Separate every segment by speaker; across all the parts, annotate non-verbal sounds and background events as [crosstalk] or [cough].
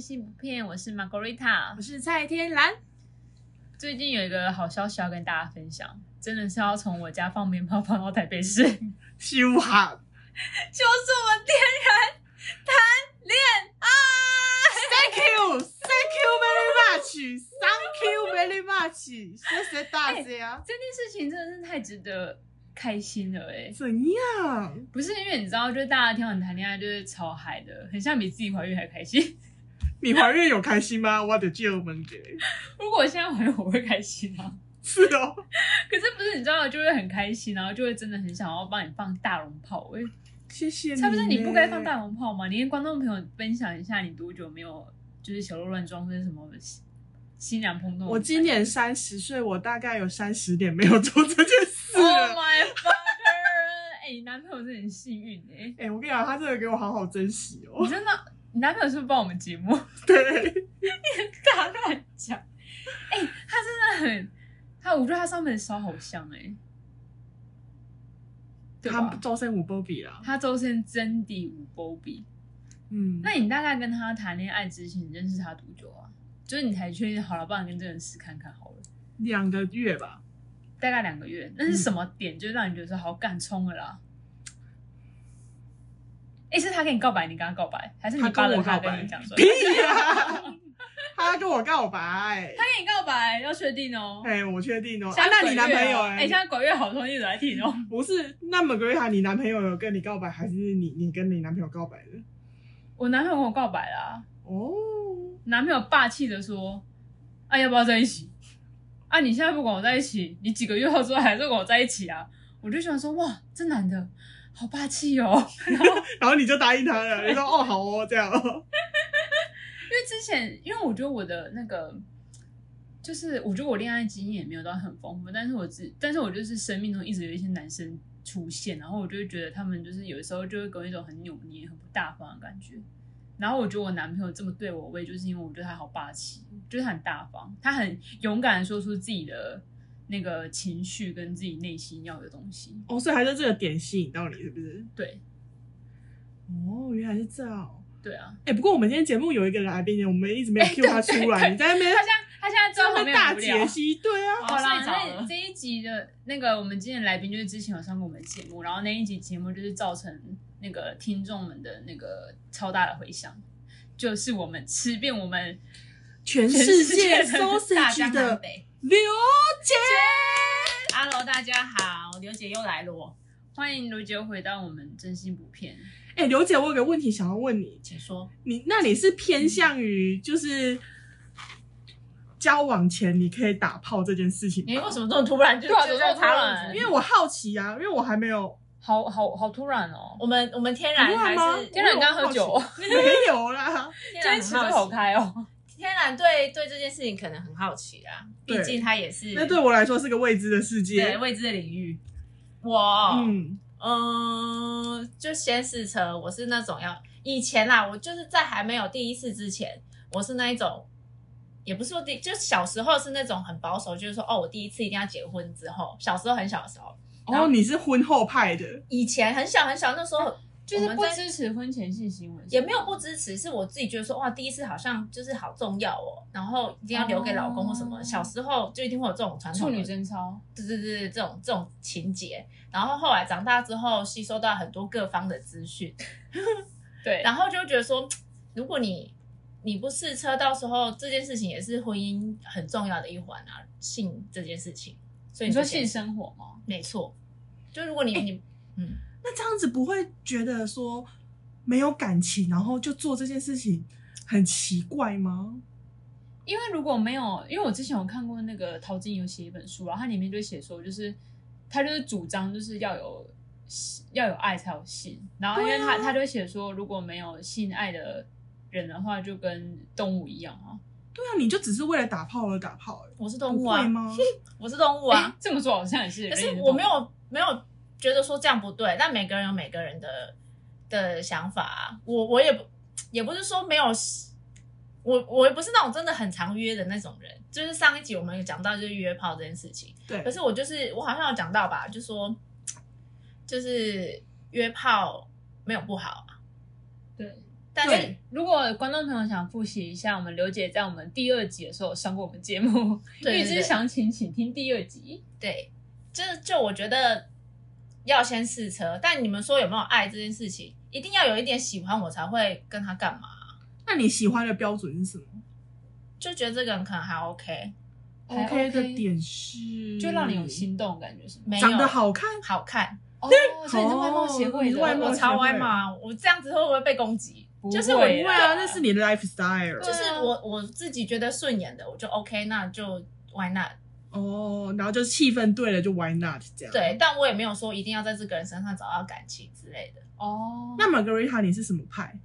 Speaker 1: 信不骗，我是 Margarita
Speaker 2: 我。是蔡天蓝，
Speaker 1: 最近有一个好消息要跟大家分享，真的是要从我家放鞭炮放到台北市， [laughs] 就是我们
Speaker 2: 修好，
Speaker 1: 天然谈恋爱。
Speaker 2: Thank you, thank you very much, thank you very much，谢谢大家。
Speaker 1: 这件事情真的是太值得开心了哎、
Speaker 2: 怎样？
Speaker 1: 不是因为你知道，就是大家听我谈恋爱就是超嗨的，很像比自己怀孕还开心。 [laughs]
Speaker 2: 你怀孕有开心吗？我的救门给。
Speaker 1: 如果我现在怀孕，我会开心啊。
Speaker 2: 是哦，
Speaker 1: 可是不是你知道，就会很开心，然后就会真的很想要帮你放大龙炮哎、
Speaker 2: 谢谢你。
Speaker 1: 差不多你不该放大。龙炮吗？你跟观众朋友分享一下，你多久没有就是小鹿乱撞或者什么新新娘碰撞？
Speaker 2: 我今年三十岁，我大概有三十年没有做这件事
Speaker 1: Oh
Speaker 2: 了。
Speaker 1: my father！哎、你男朋友是很幸运哎、
Speaker 2: 哎、我跟你讲，他真的给我好好珍惜
Speaker 1: 你
Speaker 2: 哦。
Speaker 1: 真的，你男朋友是不是帮我们节目
Speaker 2: [laughs]
Speaker 1: [laughs]
Speaker 2: 对，
Speaker 1: 大乱讲？哎、他真的很，他我觉得他上面的烧好香哎、对
Speaker 2: 他
Speaker 1: 吧？
Speaker 2: 周深无波比啦。
Speaker 1: 他周深真的无波比。
Speaker 2: 嗯，
Speaker 1: 那你大概跟他谈恋爱之前，你认识他多久啊？就是你才确定好了，不然跟这个人试看看好了。
Speaker 2: 两个月
Speaker 1: [laughs]
Speaker 2: [laughs] 吧。
Speaker 1: 大概两个月，那
Speaker 2: 嗯
Speaker 1: 是什么点就让你觉得说好敢冲了啦？哎、是他跟你告白，你跟他告白，还是你
Speaker 2: 他
Speaker 1: 扒
Speaker 2: 跟
Speaker 1: 了
Speaker 2: 我
Speaker 1: 他
Speaker 2: 告
Speaker 1: 跟
Speaker 2: 白
Speaker 1: 你讲说？
Speaker 2: 屁呀、他跟我告白。
Speaker 1: 他跟你告白要确定哦。
Speaker 2: 哎、我确定哦。啊
Speaker 1: 像，
Speaker 2: 那
Speaker 1: 鬼
Speaker 2: 你
Speaker 1: 月
Speaker 2: 男朋友
Speaker 1: 哦哎、
Speaker 2: 哎、
Speaker 1: 现在鬼月好东西来听
Speaker 2: [laughs]
Speaker 1: 哦。
Speaker 2: 不是，那么个月他你男朋友有跟你告白，还是你你跟你男朋友告白的？
Speaker 1: 我男朋友跟我告白啦、
Speaker 2: 哦，
Speaker 1: 男朋友霸气的说：“啊，要不要在一起？啊，你现在不跟我在一起，你几个月后之后还是跟我在一起啊？”我就想说：“哇，这男的好霸气哦。”
Speaker 2: 然后你就答应他了，你说哦好哦这样哦，
Speaker 1: 因为之前，因为我觉得我的那个，就是我觉得我恋爱经验也没有到很丰富，但是我只，但是我就是生命中一直有一些男生出现，然后我就会觉得他们就是有时候就会给我一种很扭捏、很不大方的感觉。然后我觉得我男朋友这么对我，我也就是因为我觉得他好霸气，就是他很大方，他很勇敢的说出自己的那个情绪跟自己内心要的东西。
Speaker 2: 哦，所以还是这个点吸引到你是不是？
Speaker 1: 对，
Speaker 2: 哦，原来是这样哦。
Speaker 1: 对啊，
Speaker 2: 哎、不过我们今天节目有一个来宾，我们一直没有 cue
Speaker 1: 对
Speaker 2: 哎他出来，
Speaker 1: 对
Speaker 2: 你在那边
Speaker 1: 他现在他现在知
Speaker 2: 在
Speaker 1: 道
Speaker 2: 那
Speaker 1: 旁
Speaker 2: 边
Speaker 1: 边
Speaker 2: 大
Speaker 1: 很无聊
Speaker 2: 解析，对啊，
Speaker 1: 好啦，
Speaker 3: 睡着
Speaker 1: 哦那
Speaker 3: 了
Speaker 1: 这一集的那个我们今天的来宾就是之前有上过我们节目，然后那一集节目就是造成那个听众们的那个超大的回响，就是我们吃遍我们
Speaker 2: 全世界
Speaker 1: 全世界的
Speaker 3: 大江
Speaker 2: sausage
Speaker 3: 南
Speaker 2: 的
Speaker 3: 北。
Speaker 2: 刘姐，
Speaker 3: Hello，大家好，刘姐又来了哦，
Speaker 1: 欢迎卢姐回到我们真心不骗。
Speaker 2: 哎、刘姐，我有个问题想要问你，
Speaker 3: 请说。
Speaker 2: 你那你是偏向于就是交往前你可以打炮这件事情吗？
Speaker 3: 你为什么这么突然就
Speaker 1: 对啊怎
Speaker 3: 就
Speaker 1: 么这么
Speaker 3: 就插了
Speaker 1: 突然
Speaker 3: 呢？
Speaker 2: 因为我好奇啊，因为我还没有，
Speaker 1: 好好好突然哦！
Speaker 3: 我们我们天然
Speaker 2: 不会
Speaker 3: 还
Speaker 2: 啊吗
Speaker 3: 是
Speaker 1: 天然你刚喝酒哦，
Speaker 2: 没有
Speaker 1: [laughs]
Speaker 2: 啦。
Speaker 3: 天然
Speaker 1: 吃
Speaker 3: 很
Speaker 1: 的好
Speaker 3: 好奇，
Speaker 1: 开哦。
Speaker 3: 天然对对这件事情可能很好奇啊，
Speaker 2: 对
Speaker 3: 毕竟他也是
Speaker 2: 那对我来说是个未知的世
Speaker 3: 对
Speaker 1: 哦
Speaker 2: 界。
Speaker 3: 未知的领域。我
Speaker 2: 嗯，
Speaker 3: 嗯，就先试车，我是那种要以前啦，我就是在还没有第一次之前，我是那一种。也不是说第，就小时候是那种很保守，就是说哦，我第一次一定要结婚之后，小时候很小的时候，然
Speaker 2: 哦，
Speaker 3: 后
Speaker 2: 你是婚后派的，
Speaker 3: 以前很小很小那时候
Speaker 1: [laughs] 就是
Speaker 3: 我们
Speaker 1: 不
Speaker 3: 在
Speaker 1: 支持婚前性行为，
Speaker 3: 也没有不支持，是我自己觉得说哇，第一次好像就是好重要哦，然后一定要留给老公或什么。
Speaker 1: 哦
Speaker 3: 小时候就一定会有这种传
Speaker 1: 处
Speaker 3: 统
Speaker 1: 女
Speaker 3: 的，
Speaker 1: 贞操。
Speaker 3: 对对对，对这种这种情节。然后后来长大之后，吸收到很多各方的资讯，
Speaker 1: 对，
Speaker 3: 然后就觉得说，如果你你不试车，到时候这件事情也是婚姻很重要的一环啊，性这件事情。所以
Speaker 1: 你说
Speaker 3: 就先
Speaker 1: 性哎生活吗？
Speaker 3: 没错，就如果你、你嗯，
Speaker 2: 那这样子不会觉得说没有感情，然后就做这件事情很奇怪吗？
Speaker 1: 因为如果没有，因为我之前有看过那个陶晶莹有写一本书，然后它里面就写说，就是他就是主张就是要有要有爱才有性，然后因为他、
Speaker 2: 对啊
Speaker 1: 他就写说，如果没有性爱的人的话，就跟动物一样啊。
Speaker 2: 对啊，你就只是为了打炮而打炮、欸，
Speaker 3: 我是动
Speaker 2: 不
Speaker 3: 物
Speaker 2: 会
Speaker 3: 啊， [laughs]
Speaker 2: 吗？
Speaker 3: 我是动物啊。
Speaker 1: 诶这么说好像也是，
Speaker 3: 但
Speaker 1: 人
Speaker 3: 是
Speaker 1: 也动物
Speaker 3: 我没有没有觉得说这样不对，但每个人有每个人的的想法、啊。我我也不也不是说没有，我我也不是那种真的很常约的那种人。就是上一集我们有讲到就是约炮这件事情，
Speaker 2: 对
Speaker 3: 可，是我就是我好像有讲到吧，就说就是约炮没有不好啊，
Speaker 1: 对，
Speaker 3: 但是
Speaker 2: 对
Speaker 1: 如果观众朋友想复习一下，我们刘姐在我们第二集的时候有上过我们节目， [laughs]
Speaker 3: 对
Speaker 1: 预知详情请听第二集。
Speaker 3: 对，就是就我觉得要先试车，但你们说有没有爱这件事情，一定要有一点喜欢我才会跟他干嘛，
Speaker 2: 那你喜欢的标准是什么
Speaker 3: 就觉得这个人可能还 OK，
Speaker 1: 还
Speaker 2: 的
Speaker 1: OK
Speaker 2: 点是
Speaker 1: 就让你有心动的感觉是吗？
Speaker 3: 没有
Speaker 2: 长得好看，
Speaker 3: 好看，
Speaker 1: 哦，所以你是外貌协会
Speaker 2: 哦你
Speaker 1: 的，
Speaker 2: 是外貌
Speaker 3: 我
Speaker 2: 协会
Speaker 3: 超歪嘛，我这样子会不会被攻击？
Speaker 1: 不
Speaker 3: 就是
Speaker 1: 会
Speaker 3: 我
Speaker 1: 啦
Speaker 2: 对啊，那是你的 lifestyle
Speaker 3: 就是
Speaker 1: 对啊
Speaker 3: 我我自己觉得顺眼的，我就 OK，那就 Why not？
Speaker 1: 嗯
Speaker 2: 哦，然后就是气氛对了就 why not 这样。
Speaker 3: 对，，但我也没有说一定要在这个人身上找到感情之类的。
Speaker 1: 哦。
Speaker 2: 那 Margarita 你是什么派？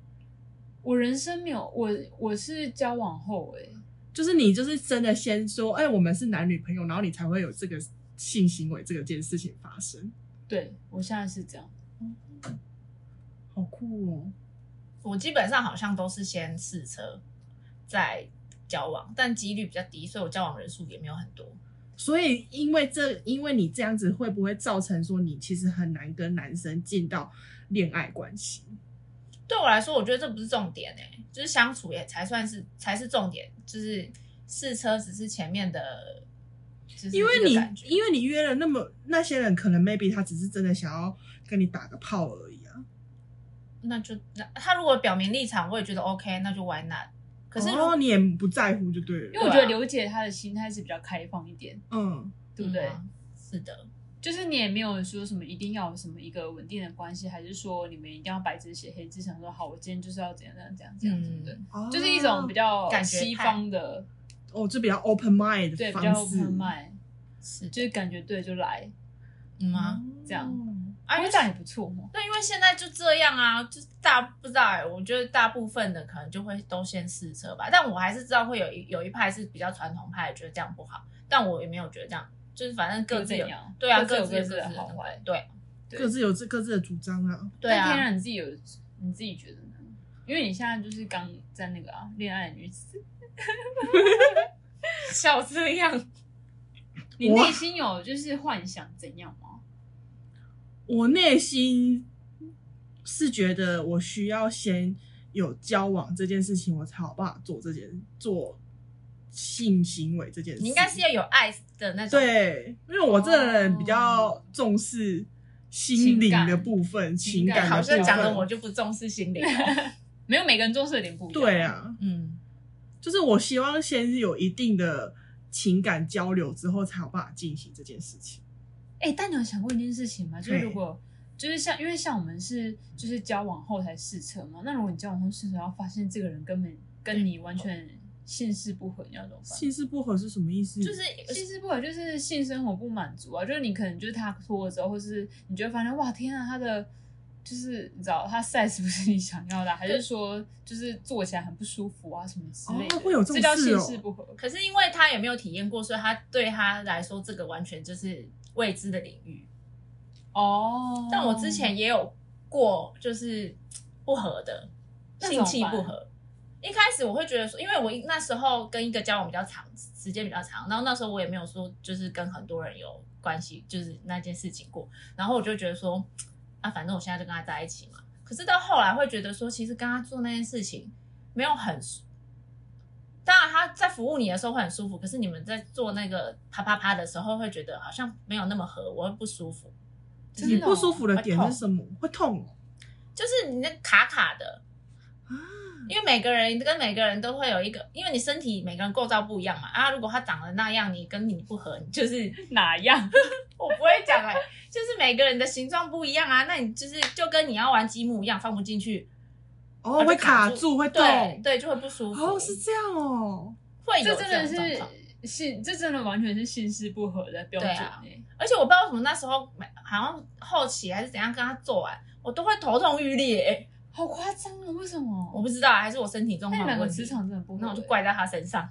Speaker 1: 我人生没有，我我是交往后哎、
Speaker 2: 就是你就是真的先说，哎、我们是男女朋友，然后你才会有这个性行为这个件事情发生，
Speaker 1: 对我现在是这样，
Speaker 2: 好酷哦。
Speaker 3: 我基本上好像都是先试车，再交往，但几率比较低，所以我交往人数也没有很多。
Speaker 2: 所以，因为这，因为你这样子，会不会造成说你其实很难跟男生进到恋爱关系？
Speaker 3: 对我来说，我觉得这不是重点哎、就是相处也才算是才是重点，就是试车只是前面的，就是
Speaker 2: 因为
Speaker 3: 一个
Speaker 2: 你
Speaker 3: 感觉，
Speaker 2: 因为你约了那么那些人，可能 maybe 他只是真的想要跟你打个炮而已啊。
Speaker 3: 那就那他如果表明立场，我也觉得 OK，那就 Why not？可是如
Speaker 2: 哦，你也不在乎就对了。
Speaker 1: 因为我觉得刘姐她的心态是比较开放一点，
Speaker 2: 嗯，
Speaker 1: 对不对？
Speaker 3: 嗯啊是的，
Speaker 1: 就是你也没有说什么一定要有什么一个稳定的关系，还是说你们一定要白纸写黑字，想说好，我今天就是要怎样怎样怎样怎样，对不对？
Speaker 3: 嗯
Speaker 2: 哦
Speaker 1: 就是一种比较
Speaker 3: 感觉派
Speaker 1: 西方的，
Speaker 2: 哦，就比较 open mind
Speaker 1: 对，
Speaker 2: 的
Speaker 1: 比较
Speaker 2: 方式
Speaker 1: open mind，
Speaker 3: 是
Speaker 1: 就是感觉对就来，
Speaker 3: 嗯啊，
Speaker 1: 这样
Speaker 2: 哦
Speaker 3: 啊，
Speaker 1: 因
Speaker 3: 因为
Speaker 1: 为这样也不错嘛。
Speaker 3: 对，因为现在就这样啊，就是大不知道哎、我觉得大部分的可能就会都先试车吧，但我还是知道会有一有一派是比较传统派，觉得这样不好，但我也没有觉得这样，就是反正各自有
Speaker 1: 又怎样
Speaker 3: 对啊，
Speaker 1: 各自有
Speaker 3: 自有
Speaker 1: 各自的
Speaker 3: 的
Speaker 1: 好
Speaker 3: 那个
Speaker 1: 坏
Speaker 3: 对
Speaker 1: 对
Speaker 2: 各自有自各自的主张啊。
Speaker 3: 对
Speaker 1: 但天
Speaker 3: 啊，
Speaker 1: 然你自己有，你自己觉得呢？因为你现在就是刚在那个啊，恋爱女子，
Speaker 3: 笑这样，
Speaker 1: 你
Speaker 2: 我
Speaker 1: 内心有就是幻想怎样吗？
Speaker 2: 我内心是觉得我需要先有交往这件事情，我才有办法做这件做性行为这件事。
Speaker 3: [laughs] 你应该是要有爱的那种，
Speaker 2: 对，啊因为我这个人比较重视心灵的部分，
Speaker 1: 哦情
Speaker 2: 情
Speaker 1: 感
Speaker 2: 感
Speaker 3: 好
Speaker 2: 的
Speaker 3: 像
Speaker 2: 部
Speaker 3: 讲的
Speaker 2: 分。
Speaker 3: 我就不重视心灵，
Speaker 1: 没有，每个人做事有点不一样。
Speaker 2: 对，啊，
Speaker 3: 嗯，
Speaker 2: 就是我希望先有一定的情感交流之后，才有办法进行这件事情。
Speaker 1: 哎、但你有想过一件事情吗？就是
Speaker 2: 嘿
Speaker 1: 如果就是像，因为像我们是就是交往后才试车嘛，那如果你交往后试车，然后发现这个人根本跟你完全性事不合，你要怎么办？
Speaker 2: 性事不合是什么意思？
Speaker 3: 就是
Speaker 1: 性事不合就是性生活不满足啊，就是你可能就是他拖了之后，或是你就会发现哇天啊，他的就是你知道他 size 不是你想要的啊，还是说就是坐起来很不舒服啊什么之类的，
Speaker 2: 哦会有这种
Speaker 1: 这叫
Speaker 2: 事
Speaker 1: 性
Speaker 2: 哦
Speaker 1: 事不合。
Speaker 3: 可是因为他也没有体验过，所以他对他来说这个完全就是未知的领域，
Speaker 1: 哦，
Speaker 3: 但我之前也有过，就是不合的，
Speaker 1: 那
Speaker 3: 性
Speaker 1: 怎
Speaker 3: 气
Speaker 1: 么办
Speaker 3: 不合。一开始我会觉得说，因为我一那时候跟一个交往比较长，时间比较长，然后那时候我也没有说就是跟很多人有关系，就是那件事情过，然后我就觉得说，啊，反正我现在就跟他在一起嘛。可是到后来会觉得说，其实跟他做那件事情没有很舒，当然他在服务你的时候会很舒服，可是你们在做那个啪啪啪的时候会觉得好像没有那么合，我会不舒服。
Speaker 1: 真
Speaker 2: 你
Speaker 1: 的哦
Speaker 2: 不舒服的点
Speaker 3: 会
Speaker 2: 是
Speaker 3: 痛
Speaker 2: 什么？会痛哦
Speaker 3: 就是你那卡卡的，
Speaker 2: 啊！
Speaker 1: 嗯
Speaker 3: 因为每个人跟每个人都会有一个，因为你身体每个人构造不一样嘛啊，如果他长得那样，你跟你不合，你就是 [laughs]
Speaker 1: 哪样？
Speaker 3: 我不会讲哎、就是每个人的形状不一样啊，那你就是就跟你要玩积木一样，放不进去，
Speaker 2: 哦，会卡
Speaker 3: 就
Speaker 2: 住，会痛。
Speaker 3: 对对，就会不舒服，
Speaker 2: 哦，是这样哦。
Speaker 3: 会有
Speaker 1: 这真的
Speaker 3: 种状
Speaker 1: 是
Speaker 3: 况。
Speaker 1: 性，这真的完全是性事不合的标准、欸
Speaker 3: 对啊而且我不知道为什么那时候好像后期还是怎样跟他做完，我都会头痛欲裂、欸
Speaker 1: 好夸张啊！为什
Speaker 3: 我
Speaker 1: 么？
Speaker 3: 不知道啊还是我身体状
Speaker 1: 那你们
Speaker 3: 况有
Speaker 1: 两个
Speaker 3: 问题
Speaker 1: 磁，场真的不合、欸
Speaker 3: 那我就。怪在他身上。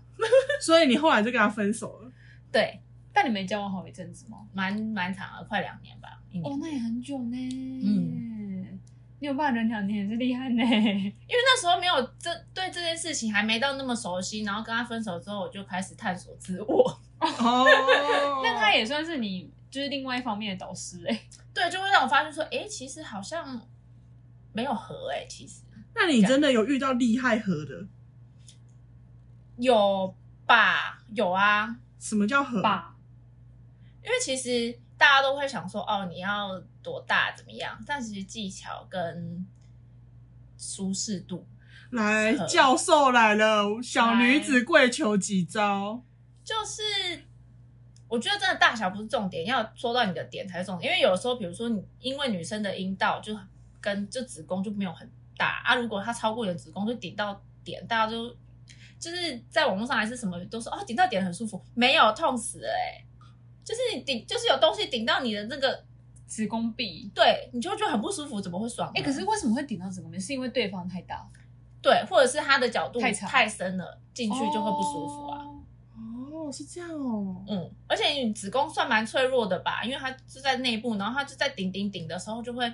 Speaker 2: 所以你后来就跟他分手了。
Speaker 3: 对，
Speaker 1: 但你们交往好一阵子吗？
Speaker 3: 蛮蛮长的，快两年吧，一年
Speaker 1: 哦，那也很久呢。
Speaker 3: 嗯，
Speaker 1: 你有办法忍两年也是厉害呢。，
Speaker 3: 因为那时候没有这对这件事情还没到那么熟悉，然后跟他分手之后，我就开始探索自我， [laughs]
Speaker 2: 哦
Speaker 1: 那他也算是你就是另外一方面的导师哎、
Speaker 3: 对，就会让我发现说，哎、其实好像没有合哎、诶其实
Speaker 2: 那你真的有遇到厉害河的？
Speaker 3: 有吧？有啊，
Speaker 2: 什么叫河？
Speaker 1: 吧？
Speaker 3: 因为其实大家都会想说，哦，你要多大怎么样？但其实技巧跟舒适度，
Speaker 2: 来，
Speaker 3: 河
Speaker 2: 教授来了，小女子跪求几招。
Speaker 3: 就是我觉得真的大小不是重点，要说到你的点才是重点。因为有时候，比如说你因为女生的阴道就跟就子宫就没有很大啊，如果它超过你的子宫就顶到点，大家都就是在网络上还是什么都说哦，顶到点很舒服，没有痛死了哎、欸，就是你顶就是有东西顶到你的那个，
Speaker 1: 子宫壁。
Speaker 3: 对你就会觉得很不舒服，怎么会爽呢？
Speaker 1: 哎、可是为什么会顶到子宫壁？是因为对方太大，
Speaker 3: 对，或者是它的角度
Speaker 1: 太长
Speaker 3: 太深了，进去就会不舒服 [laughs] 啊。
Speaker 1: 哦
Speaker 2: 哦，是这样哦。
Speaker 3: 嗯，而且你子宫算蛮脆弱的吧，因为它就在内部，然后它就在顶顶顶的时候就会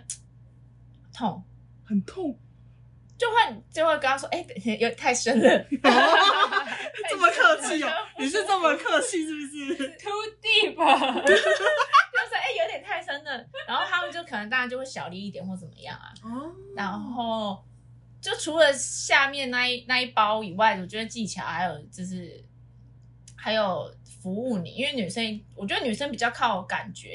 Speaker 3: 痛，
Speaker 2: 很痛，
Speaker 3: 就会就会跟他说，哎、 [laughs] 有太深了，
Speaker 2: 这么客气
Speaker 1: [laughs]
Speaker 2: 哦，你是这么客气是不是？
Speaker 1: ，too deep， [laughs]
Speaker 3: 就是哎、有点太深了，然后他们就可能当然就会小力一点或怎么样啊，
Speaker 1: [laughs]
Speaker 2: 哦，
Speaker 3: 然后就除了下面那一那一包以外，我觉得技巧还有就是还有服务你，因为女生我觉得女生比较靠感觉、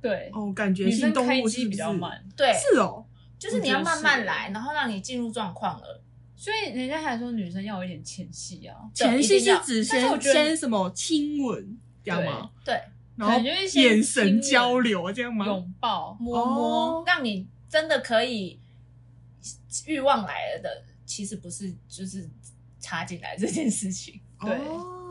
Speaker 1: 对，
Speaker 2: 哦，感觉
Speaker 1: 女
Speaker 2: 性
Speaker 1: 生
Speaker 2: 动
Speaker 1: 开
Speaker 2: 物是
Speaker 1: 机
Speaker 2: 不
Speaker 1: 比较
Speaker 2: 是，
Speaker 1: 慢，
Speaker 3: 对，
Speaker 2: 是哦，
Speaker 3: 就是你要慢慢来，然后让你进入状况了。
Speaker 1: 所以人家还说女生要有一点前戏啊，
Speaker 2: 前戏是指
Speaker 1: 但是我
Speaker 2: 先
Speaker 1: 觉得
Speaker 2: 先什么亲吻，这样吗？
Speaker 3: 对，
Speaker 2: 然后
Speaker 1: 感觉先
Speaker 2: 眼神交流，这样吗？
Speaker 1: 拥抱，
Speaker 3: 摸摸，
Speaker 2: 哦
Speaker 3: 让你真的可以欲望来了的，其实不是就是插进来这件事情。
Speaker 1: 对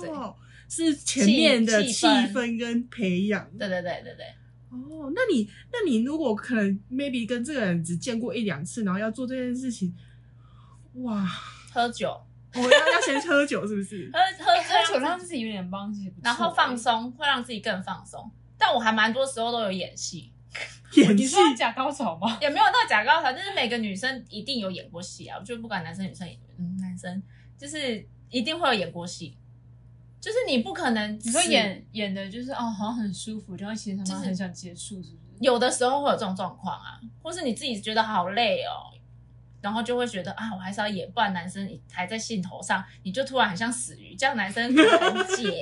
Speaker 3: 对
Speaker 2: 哦，是前面的
Speaker 3: 气
Speaker 2: 气
Speaker 3: 气氛
Speaker 2: 氛跟培养。
Speaker 3: 对对对对对，
Speaker 2: 哦，那你那你如果可能 maybe 跟这个人只见过一两次，然后要做这件事情，哇，
Speaker 3: 喝酒，
Speaker 2: 我要要先喝酒是不是 [laughs]
Speaker 3: 喝？喝
Speaker 1: 哎喝酒
Speaker 3: 让
Speaker 1: 让
Speaker 3: 自己
Speaker 1: 自己有点帮，其实不错
Speaker 3: 然后放。松，会让自己更放松。但我还蛮多时候都有演戏，
Speaker 2: 演
Speaker 1: 你
Speaker 2: 戏
Speaker 1: 说要假高潮吗？
Speaker 3: 也没有到假高潮，但是每个女生一定有演过戏啊，我就不管男生女生，嗯，男生就是一定会有演过戏，就是你不可能
Speaker 1: 你说
Speaker 3: 只
Speaker 1: 演演的就是哦，好像很舒服，然后其实他
Speaker 3: 就
Speaker 1: 妈
Speaker 3: 是
Speaker 1: 很想结束，是不是？
Speaker 3: 有的时候会有这种状况啊，或是你自己觉得好累哦，然后就会觉得啊，我还是要演，不然男生还在兴头上，你就突然很像死鱼，这样男生可能很
Speaker 2: [laughs]
Speaker 3: 解，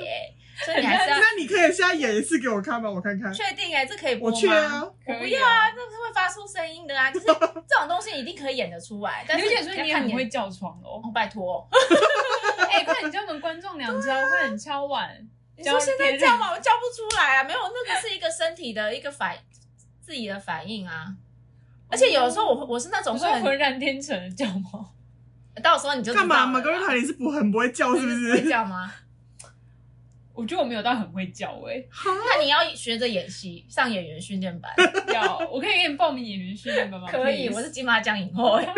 Speaker 3: 所以你还是要
Speaker 2: 那你可以现在演一次给我看吗？我看看。
Speaker 3: 确定哎、这可以播
Speaker 2: 我
Speaker 3: 吗？
Speaker 2: 去啊！
Speaker 1: 可以
Speaker 3: 我不要啊，这是会发出声音的
Speaker 2: [laughs]
Speaker 3: 啊，就是这种东西一定可以演得出来，但
Speaker 1: 而
Speaker 3: 是
Speaker 1: 且说
Speaker 3: 要
Speaker 1: 你也
Speaker 3: 看
Speaker 1: 很会叫床哦。
Speaker 3: 哦，
Speaker 2: [laughs]
Speaker 3: 拜托，
Speaker 1: [laughs] 哎、快点教我们观众两招，快点敲碗。
Speaker 3: 你说现
Speaker 1: 别
Speaker 3: 在
Speaker 1: 人
Speaker 3: 叫嘛，我叫不出来啊，没有，那个是一个身体的一个反自己的反应
Speaker 2: 哦
Speaker 3: 啊，而且有的时候我我是那种
Speaker 1: 我
Speaker 2: 啊
Speaker 3: 会
Speaker 1: 说
Speaker 3: 很
Speaker 1: 浑然天成的叫吗？
Speaker 3: 到时候你就知道
Speaker 2: 干嘛？
Speaker 3: 了
Speaker 2: 玛格丽
Speaker 3: 啦
Speaker 2: 塔，你是不很不会叫
Speaker 3: [laughs]
Speaker 2: 是不
Speaker 3: 会
Speaker 2: 是？
Speaker 3: 叫吗？
Speaker 1: 我觉得我没有到很会叫哎、
Speaker 3: 那你要学着演戏，上演员训练班。哦
Speaker 1: 要我可以给你报名演员训练班吗？
Speaker 3: [laughs] 可以，
Speaker 1: Please
Speaker 3: 我是金马奖影后。 [laughs] 哎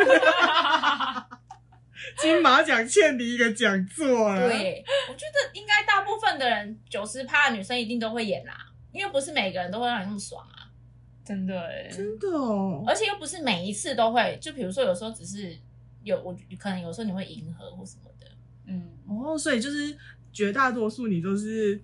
Speaker 2: 金马奖欠你一个讲座啊！，
Speaker 3: 对，我觉得应该大部分的人，九十趴的女生一定都会演啦，因为不是每个人都会让你那么爽啊，
Speaker 1: [laughs] 真的哎、
Speaker 2: 真的哦。
Speaker 3: 而且又不是每一次都会。就比如说，有时候只是有我，可能有时候你会迎合或什么的，
Speaker 1: 嗯，
Speaker 2: 哦，所以就是绝大多数你都是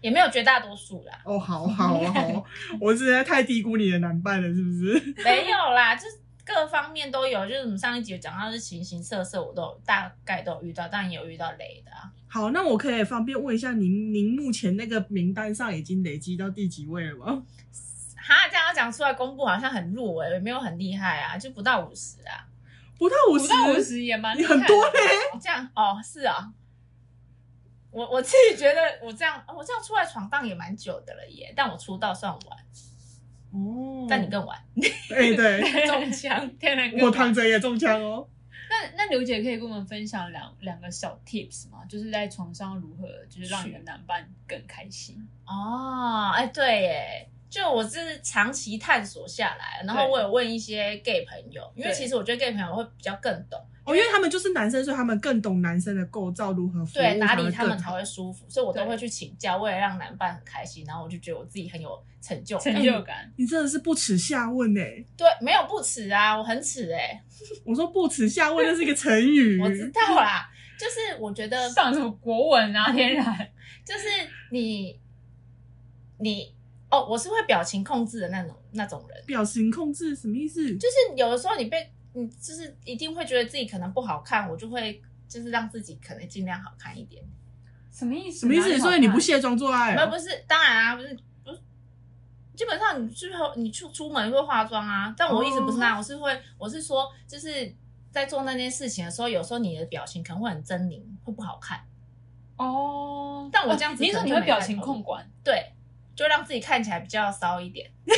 Speaker 3: 也没有绝大多数啦， [laughs]
Speaker 2: 哦，好好好，我实在太低估你的男伴了，是不是？
Speaker 3: 没有啦，就是各方面都有。就是我们上一集有讲到，是形形色色，我都有大概都有遇到，但也有遇到雷的啊。
Speaker 2: 好，那我可以方便问一下您，您目前那个名单上已经累积到第几位了吗？
Speaker 3: 哈，这样要讲出来公布好像很弱哎、也没有很厉害啊，就不到五十啊。
Speaker 2: 不到五
Speaker 1: 五
Speaker 2: 十，
Speaker 1: 到五十也蛮厉害的
Speaker 2: 你很多嘞
Speaker 3: 这样哦，是啊，我我自己觉得我这样哦我这样出来闯荡也蛮久的了耶，但我出道算晚，
Speaker 2: 哦，
Speaker 3: 但你更晚，
Speaker 2: 哎、
Speaker 3: [laughs]
Speaker 2: 对，
Speaker 3: 中枪。
Speaker 1: 天然
Speaker 2: [laughs] 我
Speaker 1: 更
Speaker 2: 躺着也中枪哦。
Speaker 1: 那那刘姐可以跟我们分享两两个小 tips 吗？就是在床上如何就是让你的男伴更开心。
Speaker 3: 哦，哎，对耶，就我是长期探索下来，然后
Speaker 1: 对
Speaker 3: 我有问一些 gay 朋友，因为
Speaker 1: 对
Speaker 3: 其实我觉得 gay 朋友会比较更懂，
Speaker 2: 哦，因为他们就是男生，所以他们更懂男生的构造如何服务，
Speaker 3: 对哪里他们
Speaker 2: 才
Speaker 3: 才
Speaker 2: 会
Speaker 3: 会舒服，所以我都
Speaker 1: 对
Speaker 3: 会去请教，为了让男伴很开心，然后我就觉得我自己很有成就感。嗯
Speaker 1: 成
Speaker 2: 嗯
Speaker 1: 就感，
Speaker 2: 更。你真的是不耻下问哎、
Speaker 3: 对，没有不耻啊，我很耻哎，
Speaker 2: 我说不耻下问，那是一个成语。
Speaker 3: [laughs] 我知道啦，就是我觉得
Speaker 1: 上什么国文啊，天然
Speaker 3: 就是你，你哦，我是会表情控制的那种那种人，
Speaker 2: 表情控制什么意思？
Speaker 3: 就是有的时候你被你就是一定会觉得自己可能不好看，我就会就是让自己可能尽量好看一点。
Speaker 1: 什么意思？
Speaker 2: 什么意
Speaker 1: 哪
Speaker 2: 思？
Speaker 1: 里
Speaker 2: 你
Speaker 1: 好
Speaker 2: 说
Speaker 1: 看
Speaker 2: 你不卸妆做爱
Speaker 3: 没有，不
Speaker 2: 哦？
Speaker 3: 是，当然啊，不是，不是，基本上你之后你出出门会化妆啊，但我一直不是那样，我是会，我是说，就是在做那件事情的时候，有时候你的表情可能会很狰狞，会不好看，
Speaker 1: 哦，
Speaker 3: 但我这样子
Speaker 1: 你说
Speaker 3: 可能
Speaker 1: 你
Speaker 3: 就
Speaker 1: 会
Speaker 3: 没
Speaker 1: 表
Speaker 3: 办
Speaker 1: 情
Speaker 3: 法
Speaker 1: 控管，
Speaker 3: 对，就让自己看起来比较骚一点，
Speaker 2: [laughs]
Speaker 3: 就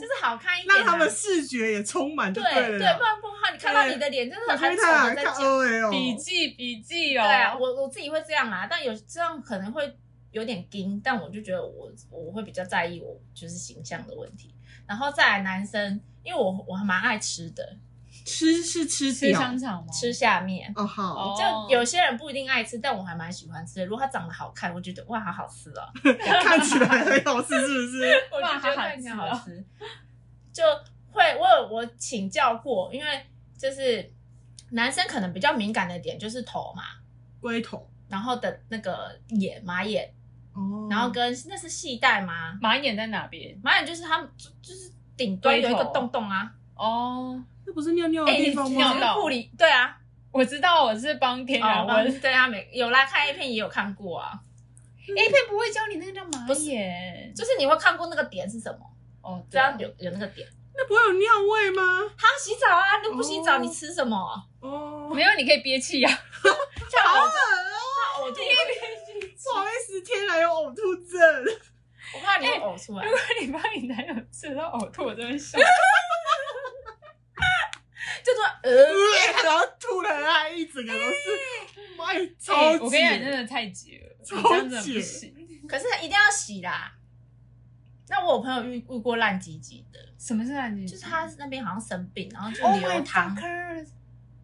Speaker 3: 是好看一点、啊，
Speaker 2: 让他们视觉也充满就
Speaker 3: 对
Speaker 2: 对
Speaker 3: 对，
Speaker 2: 了
Speaker 3: 不
Speaker 2: 啦。
Speaker 3: 然不然你看到你的脸真的
Speaker 2: 我觉得
Speaker 3: 很丑
Speaker 2: 他俩
Speaker 3: 的在
Speaker 2: 看哦
Speaker 3: 讲。
Speaker 2: O L，
Speaker 1: 笔记笔记哦，
Speaker 3: 对啊，我我自己会这样啦，但有这样可能会有点惊，但我就觉得我我会比较在意我就是形象的问题。然后再来男生，因为我我还蛮爱吃的，
Speaker 2: 哦吃是吃
Speaker 1: 吃
Speaker 2: 屌
Speaker 1: 香肠吗？
Speaker 3: 吃下面。
Speaker 2: 哦好，
Speaker 1: 哦
Speaker 3: 就有些人不一定爱吃，但我还蛮喜欢吃的。如果它长得好看，我觉得哇，好好吃哦，
Speaker 2: [laughs] 看起来很好吃是不是？
Speaker 3: 我就觉得看起来
Speaker 1: 哇好
Speaker 3: 好
Speaker 1: 好
Speaker 3: 吃，就会我有我请教过，因为就是男生可能比较敏感的点就是头嘛，
Speaker 2: 龟头
Speaker 3: 然后的那个眼马眼，
Speaker 2: 哦，
Speaker 3: 然后跟那是系带吗？
Speaker 1: 马眼在哪边？
Speaker 3: 马眼就是他们就就是顶端有一个洞洞啊，
Speaker 1: 哦，
Speaker 2: 那不是尿尿的地方
Speaker 1: 哎
Speaker 2: 吗
Speaker 1: 你？
Speaker 3: 护理对啊，
Speaker 1: 我知道，我是帮天然
Speaker 3: 哦
Speaker 1: 温。
Speaker 3: 对啊，每有啦，看 A 片也有看过啊，
Speaker 1: A 片不会教你那个叫马
Speaker 3: 不是
Speaker 1: 眼，
Speaker 3: 就是你会看过那个点是什么，
Speaker 1: 哦，
Speaker 3: 这样有有那个点。
Speaker 2: 那不会有尿味吗？
Speaker 3: 他洗澡啊，你不洗澡
Speaker 2: 哦
Speaker 3: 你吃什么？
Speaker 2: 哦，
Speaker 1: 没有，你可以憋 [laughs] 气呀、啊
Speaker 3: 像
Speaker 2: 好
Speaker 3: 我
Speaker 2: 恶 [laughs] 哦，
Speaker 3: 怕呕吐，
Speaker 2: 不好意思，天然有呕吐症。
Speaker 3: 我怕你会呕出来
Speaker 1: 如。果你帮你男友吃到呕吐，我真的笑。
Speaker 3: 就说呃，
Speaker 2: 然后吐的啊，一整个都是，妈呀，超
Speaker 1: 哎
Speaker 2: 级！
Speaker 1: 我跟你讲，真的太绝了，
Speaker 2: 超
Speaker 1: 你这样真的
Speaker 2: 级
Speaker 1: 不行。
Speaker 3: 可是一定要洗啦。那我有朋友遇遇过烂鸡鸡的，
Speaker 1: 什么是烂泥？
Speaker 3: 就是他哦那边好像生病，然后就
Speaker 1: Oh my
Speaker 3: 流汤，
Speaker 1: fuckers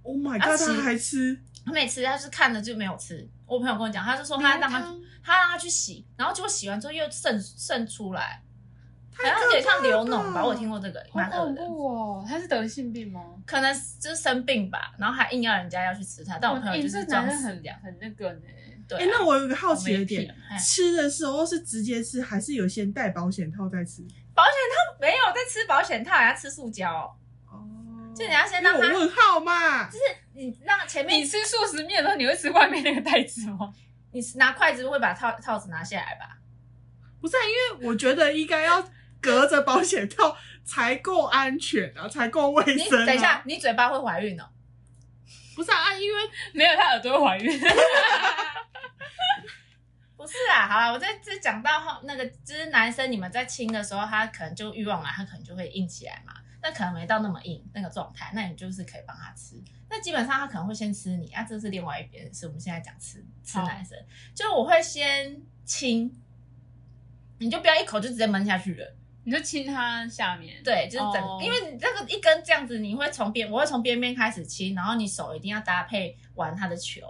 Speaker 2: Oh my
Speaker 3: 啊
Speaker 2: god，
Speaker 3: 其
Speaker 2: 他还吃，
Speaker 3: 他每次他是看了就没有吃。我朋友跟我讲，他就说他
Speaker 1: 流
Speaker 3: 让他
Speaker 1: 哦汤
Speaker 3: 他让他去洗，然后结果洗完之后又渗渗出来，好
Speaker 2: 太
Speaker 3: 像有点像流脓
Speaker 2: 可怕
Speaker 3: 吧。
Speaker 2: 了
Speaker 3: 我有听过这个，蛮
Speaker 1: 好
Speaker 3: 恶
Speaker 1: 恐
Speaker 3: 的，
Speaker 1: 怖哦！他是得性病吗？
Speaker 3: 可能就是生病吧，然后还硬要人家要去吃它。但我朋友
Speaker 1: 哎
Speaker 3: 就是
Speaker 1: 这
Speaker 3: 装
Speaker 1: 男的
Speaker 3: 死
Speaker 1: 很
Speaker 3: 这样。
Speaker 1: 很那个呢。
Speaker 3: 对
Speaker 2: 哎、
Speaker 3: 啊，
Speaker 2: 那我有一个好奇的
Speaker 1: 我没
Speaker 2: 点，
Speaker 3: 哎
Speaker 2: 吃的时候是直接吃，还是有先戴保险套再吃？
Speaker 3: 保险套没有在吃保险套，还要吃塑胶哦，
Speaker 2: 哦，
Speaker 3: 就你要先让
Speaker 2: 因为我
Speaker 3: 它，
Speaker 2: 问号嘛，
Speaker 3: 你让前面
Speaker 1: [laughs] 你吃素食面的时候，你会吃外面那个袋子吗？
Speaker 3: 你拿筷子会把套套子拿下来吧？
Speaker 2: 不是、啊，因为我觉得应该要隔着保险套才够安全啊，才够卫
Speaker 3: 你
Speaker 2: 生、啊。
Speaker 3: 等一下，，你嘴巴会怀孕哦。 [laughs]
Speaker 2: 不是啊啊，因为
Speaker 1: 没有，他耳朵会怀孕。 [laughs]
Speaker 3: 不是啊，好啦，我在这讲到后那个，就是男生你们在亲的时候，他可能就欲望来，他可能就会硬起来嘛。那可能没到那么硬那个状态，那你就是可以帮他吃。那基本上他可能会先吃你啊，这是另外一边，是我们现在讲吃吃
Speaker 1: 好
Speaker 3: 男生，就我会先亲，你就不要一口就直接闷下去了。
Speaker 1: 你就亲他下面，
Speaker 3: 对，就是整，
Speaker 1: 哦
Speaker 3: 因为你这个一根这样子，你会从边，我会从边边开始亲，然后你手一定要搭配玩他的球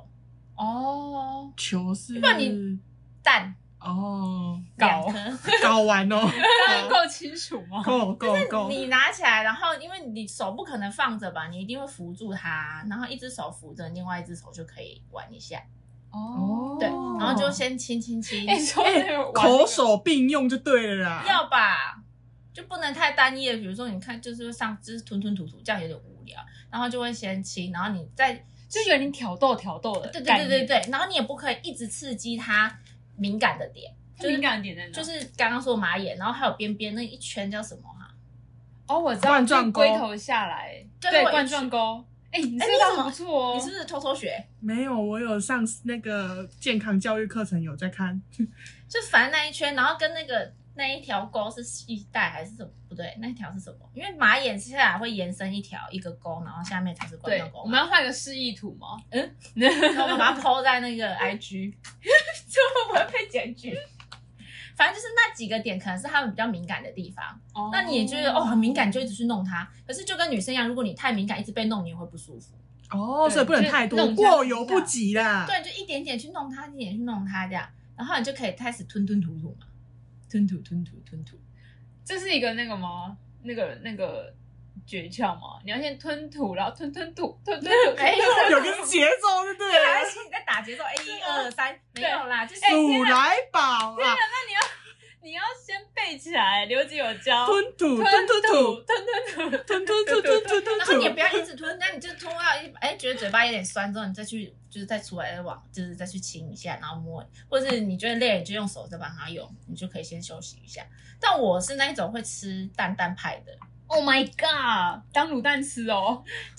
Speaker 1: 哦，
Speaker 2: 球是
Speaker 3: 然你蛋
Speaker 2: 哦，
Speaker 3: 两
Speaker 1: 搞
Speaker 3: 颗。
Speaker 2: 搞完哦，
Speaker 1: 这样够清楚吗？
Speaker 2: 够够够，
Speaker 3: [laughs] 你拿起来，然后因为你手不可能放着吧，你一定会扶住它，然后一只手扶着，另外一只手就可以玩一下，
Speaker 1: 哦，
Speaker 3: 对，
Speaker 2: 哦
Speaker 3: 然后就先亲亲亲，
Speaker 1: 哎，说那个玩那个
Speaker 2: 口手并用就对了啦。
Speaker 3: [laughs] 要吧，就不能太单一了。比如说，你看，就是上就是吞吞吐吐，这样有点无聊，然后就会先亲，然后你再
Speaker 1: 就有点挑逗挑逗的
Speaker 3: 对对
Speaker 1: 概
Speaker 3: 对
Speaker 1: 念，
Speaker 3: 对对，然后你也不可以一直刺激它敏感的点，
Speaker 1: 它敏感点在哪？
Speaker 3: 就是刚刚说马眼，然后还有边边那一圈叫什么啊？
Speaker 1: 哦，我知道，
Speaker 2: 冠状
Speaker 1: 就
Speaker 2: 沟
Speaker 1: 龟头下来，
Speaker 3: 对
Speaker 1: 对，
Speaker 3: 我
Speaker 1: 冠状沟。哎，你这
Speaker 3: 哎
Speaker 1: 个
Speaker 3: 你
Speaker 1: 倒
Speaker 3: 怎么
Speaker 1: 不错哦，
Speaker 3: 你是不是偷偷学？
Speaker 2: 没有，我有上那个健康教育课程有在看，
Speaker 3: 就反正那一圈，然后跟那个那一条沟是系带还是什么？不对，那一条是什么？因为马眼接下来会延伸一条一个沟，然后下面才是冠
Speaker 1: 对
Speaker 3: 状，沟。
Speaker 1: 我们要画个示意图吗？ [laughs] 嗯，
Speaker 3: 然 [laughs] 后我们把它抛在那个 IG，这会不会被检举？反正就是那几个点可能是他们比较敏感的地方，
Speaker 1: 哦
Speaker 3: 那你也觉得哦很敏感，就一直去弄它。可是就跟女生一样，如果你太敏感，一直被弄，你也会不舒服。
Speaker 2: 哦，
Speaker 1: 对
Speaker 2: [laughs] 所以不能太
Speaker 1: 就
Speaker 2: 多，
Speaker 1: 弄一下
Speaker 2: 过犹不及啦。
Speaker 3: 对，就一点点去弄它，一点点去弄它这样，然后你就可以开始吞吞吐吐嘛，吞吐吞吐吞吐。
Speaker 1: 这是一个那个吗？那个那个诀窍吗？你要先吞吐，然后吞吞吐吞吞吐，
Speaker 3: [laughs] [laughs] 哎呦
Speaker 2: 有个节奏就对
Speaker 3: [laughs] 对啊，
Speaker 2: 了
Speaker 3: 哎而，且你在打节奏，一二三，没有啦，就是
Speaker 2: 数来宝啊，
Speaker 1: 你要先背起来，刘姐有教。
Speaker 2: 吞吐
Speaker 1: 吞
Speaker 2: 吞吐
Speaker 1: 吐
Speaker 2: 吐
Speaker 1: 吞吞吐，
Speaker 2: 吞吞吐吐吐吐
Speaker 3: 然后那你也不要一直吞，那你就吞到一哎觉得嘴巴有点酸之后，你再去就是再出来再往就是再去亲一下，然后摸，或者是你觉得累了你就用手再帮它用，你就可以先休息一下。但我是那一种会吃蛋蛋派的，
Speaker 1: Oh my god，当卤蛋吃哦。
Speaker 3: 就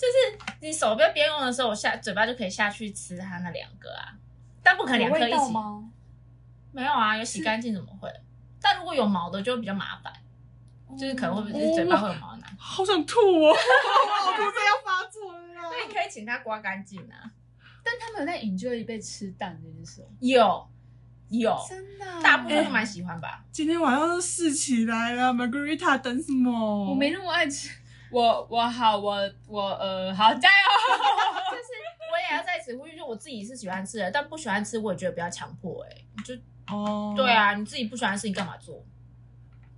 Speaker 3: 是你手边边用的时候，我下嘴巴就可以下去吃它那两个啊，但不可能两颗一起。
Speaker 1: 吗？
Speaker 3: 没有啊，有洗干净怎么会？但如果有毛的就会比较麻烦，就是可能会
Speaker 1: 哦
Speaker 3: 不会嘴巴会有毛囊？
Speaker 2: 好想吐哦，我肚子要发作了啊。
Speaker 3: 那你可以请他刮干净啊。
Speaker 1: 但他们有在 enjoy 被吃蛋这件事哦，
Speaker 3: 有有，
Speaker 1: 真的啊、
Speaker 3: 大部分都蛮喜欢吧。
Speaker 2: 哎今天晚上都试起来了，Margarita 等什么？
Speaker 3: 哦
Speaker 1: 我没那么爱吃。我我好我我呃好加油！
Speaker 3: [laughs] 就是 [laughs] 我也要在此呼吁，就我自己是喜欢吃的，但不喜欢吃我也觉得不要强迫哎、就
Speaker 2: 哦，
Speaker 3: 对，啊，你自己不喜欢的事情干嘛做？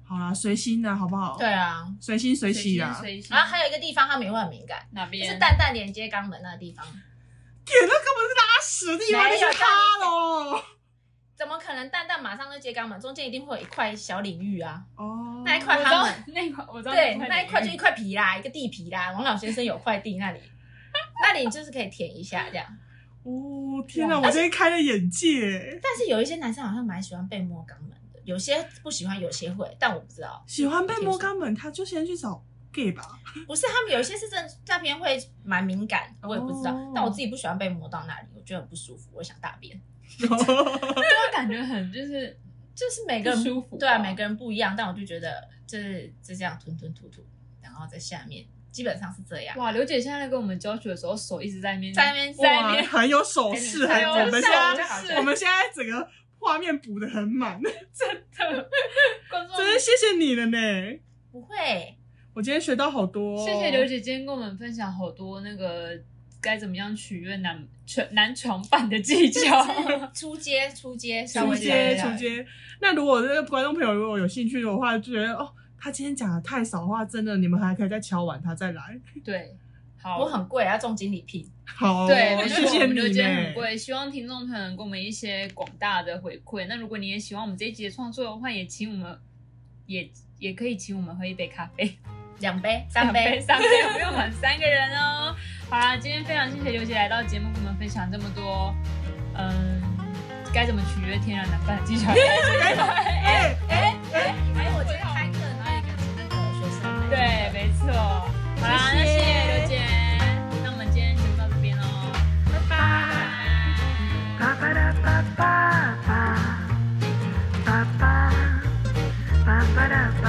Speaker 2: 好啦，随心啦，好不好？
Speaker 3: 对，啊。
Speaker 2: 随心随
Speaker 1: 随
Speaker 2: 喜
Speaker 1: 心
Speaker 2: 啦。
Speaker 1: 随心。
Speaker 3: 然后还有一个地方他们也会很敏感，
Speaker 1: 哪
Speaker 3: 就
Speaker 1: 边？
Speaker 3: 是蛋蛋连接肛门那个地方，
Speaker 2: 天，那根本是拉屎的地方，
Speaker 3: 没
Speaker 2: 那
Speaker 3: 有
Speaker 2: 是他喽。
Speaker 3: 怎么可能蛋蛋马上就接肛门？中间一定会有一块小领域啊，
Speaker 2: 哦，
Speaker 3: 那一块
Speaker 1: 我知道
Speaker 3: 他们
Speaker 1: 那块，我知道
Speaker 3: 啊对，
Speaker 1: 领域
Speaker 3: 那一块就一块皮啦，一个地皮啦。王老先生有块地 [laughs] 那里，那里就是可以舔一下这样。
Speaker 2: 哦，天
Speaker 1: 啊
Speaker 2: 哪，我今天开了眼界。
Speaker 3: 但是有一些男生好像蛮喜欢被摸肛门的，有些不喜欢，有些会，但我不知道。
Speaker 2: 喜欢被摸肛门，他就先去找
Speaker 1: [laughs]
Speaker 2: gay 吧。
Speaker 3: 不是他们有一些是真的那边会蛮敏感，我也不知道。
Speaker 2: 哦
Speaker 3: 但我自己不喜欢被摸到那里，我觉得很不舒服，我想大便。
Speaker 1: 就感觉很就是
Speaker 3: 就是每个人
Speaker 1: 不舒服吧
Speaker 3: 对啊，每个人不一样，但我就觉得就是就这样吞吞吐吐，然后在下面基本上是这样。
Speaker 1: 哇，刘姐现在在跟我们教学的时候，手一直在那边
Speaker 3: 在那边在那
Speaker 2: 哇，
Speaker 3: 边
Speaker 2: 很有手势，
Speaker 3: 哎
Speaker 2: 很
Speaker 3: 你
Speaker 2: 我们现
Speaker 1: 手
Speaker 2: 在
Speaker 1: 势嗯
Speaker 2: 我们现在整个画面补的很满，
Speaker 1: 观众，
Speaker 2: 真的谢谢你了呢。
Speaker 3: 不会，
Speaker 2: 我今天学到好多哦，
Speaker 1: 谢谢刘姐今天跟我们分享好多那个该怎么样取悦男床男床伴的技巧。
Speaker 3: 就是出街出街稍
Speaker 2: 出
Speaker 3: 微讲
Speaker 2: 街
Speaker 3: 一
Speaker 2: 出
Speaker 3: 下。
Speaker 2: 街。那如果这个观众朋友如果有兴趣的话，就觉得哦，他今天讲的太少的话，真的你们还可以再敲完他再来。
Speaker 1: [laughs] 对，好，
Speaker 3: 我很贵，要中经理聘。
Speaker 2: 好，
Speaker 1: 对，我觉
Speaker 2: 哦谢
Speaker 1: 得我
Speaker 2: 谢
Speaker 1: 们就
Speaker 2: 你
Speaker 1: 今天很
Speaker 2: 呢。
Speaker 1: 贵，希望听众朋友能给我们一些广大的回馈。那如果你也喜欢我们这一集的创作的话，也请我们也也可以请我们喝一杯咖啡，
Speaker 3: 两杯、三杯、
Speaker 1: 三杯，我们有满三个人哦。好啦，今天非常谢谢刘姐来到节目，跟我们分享这么多，嗯，该怎么取悦天然男伴的技 [laughs] 巧。
Speaker 2: 哎哎，
Speaker 3: 还有我今天开课，然后也跟那个学生来
Speaker 1: 对，没错。好啦，那谢谢刘姐，那我们今天就到这边喽，拜拜。
Speaker 4: Ba-ba-da-ba-ba-ba. Ba-ba. Ba-ba-da-ba-ba.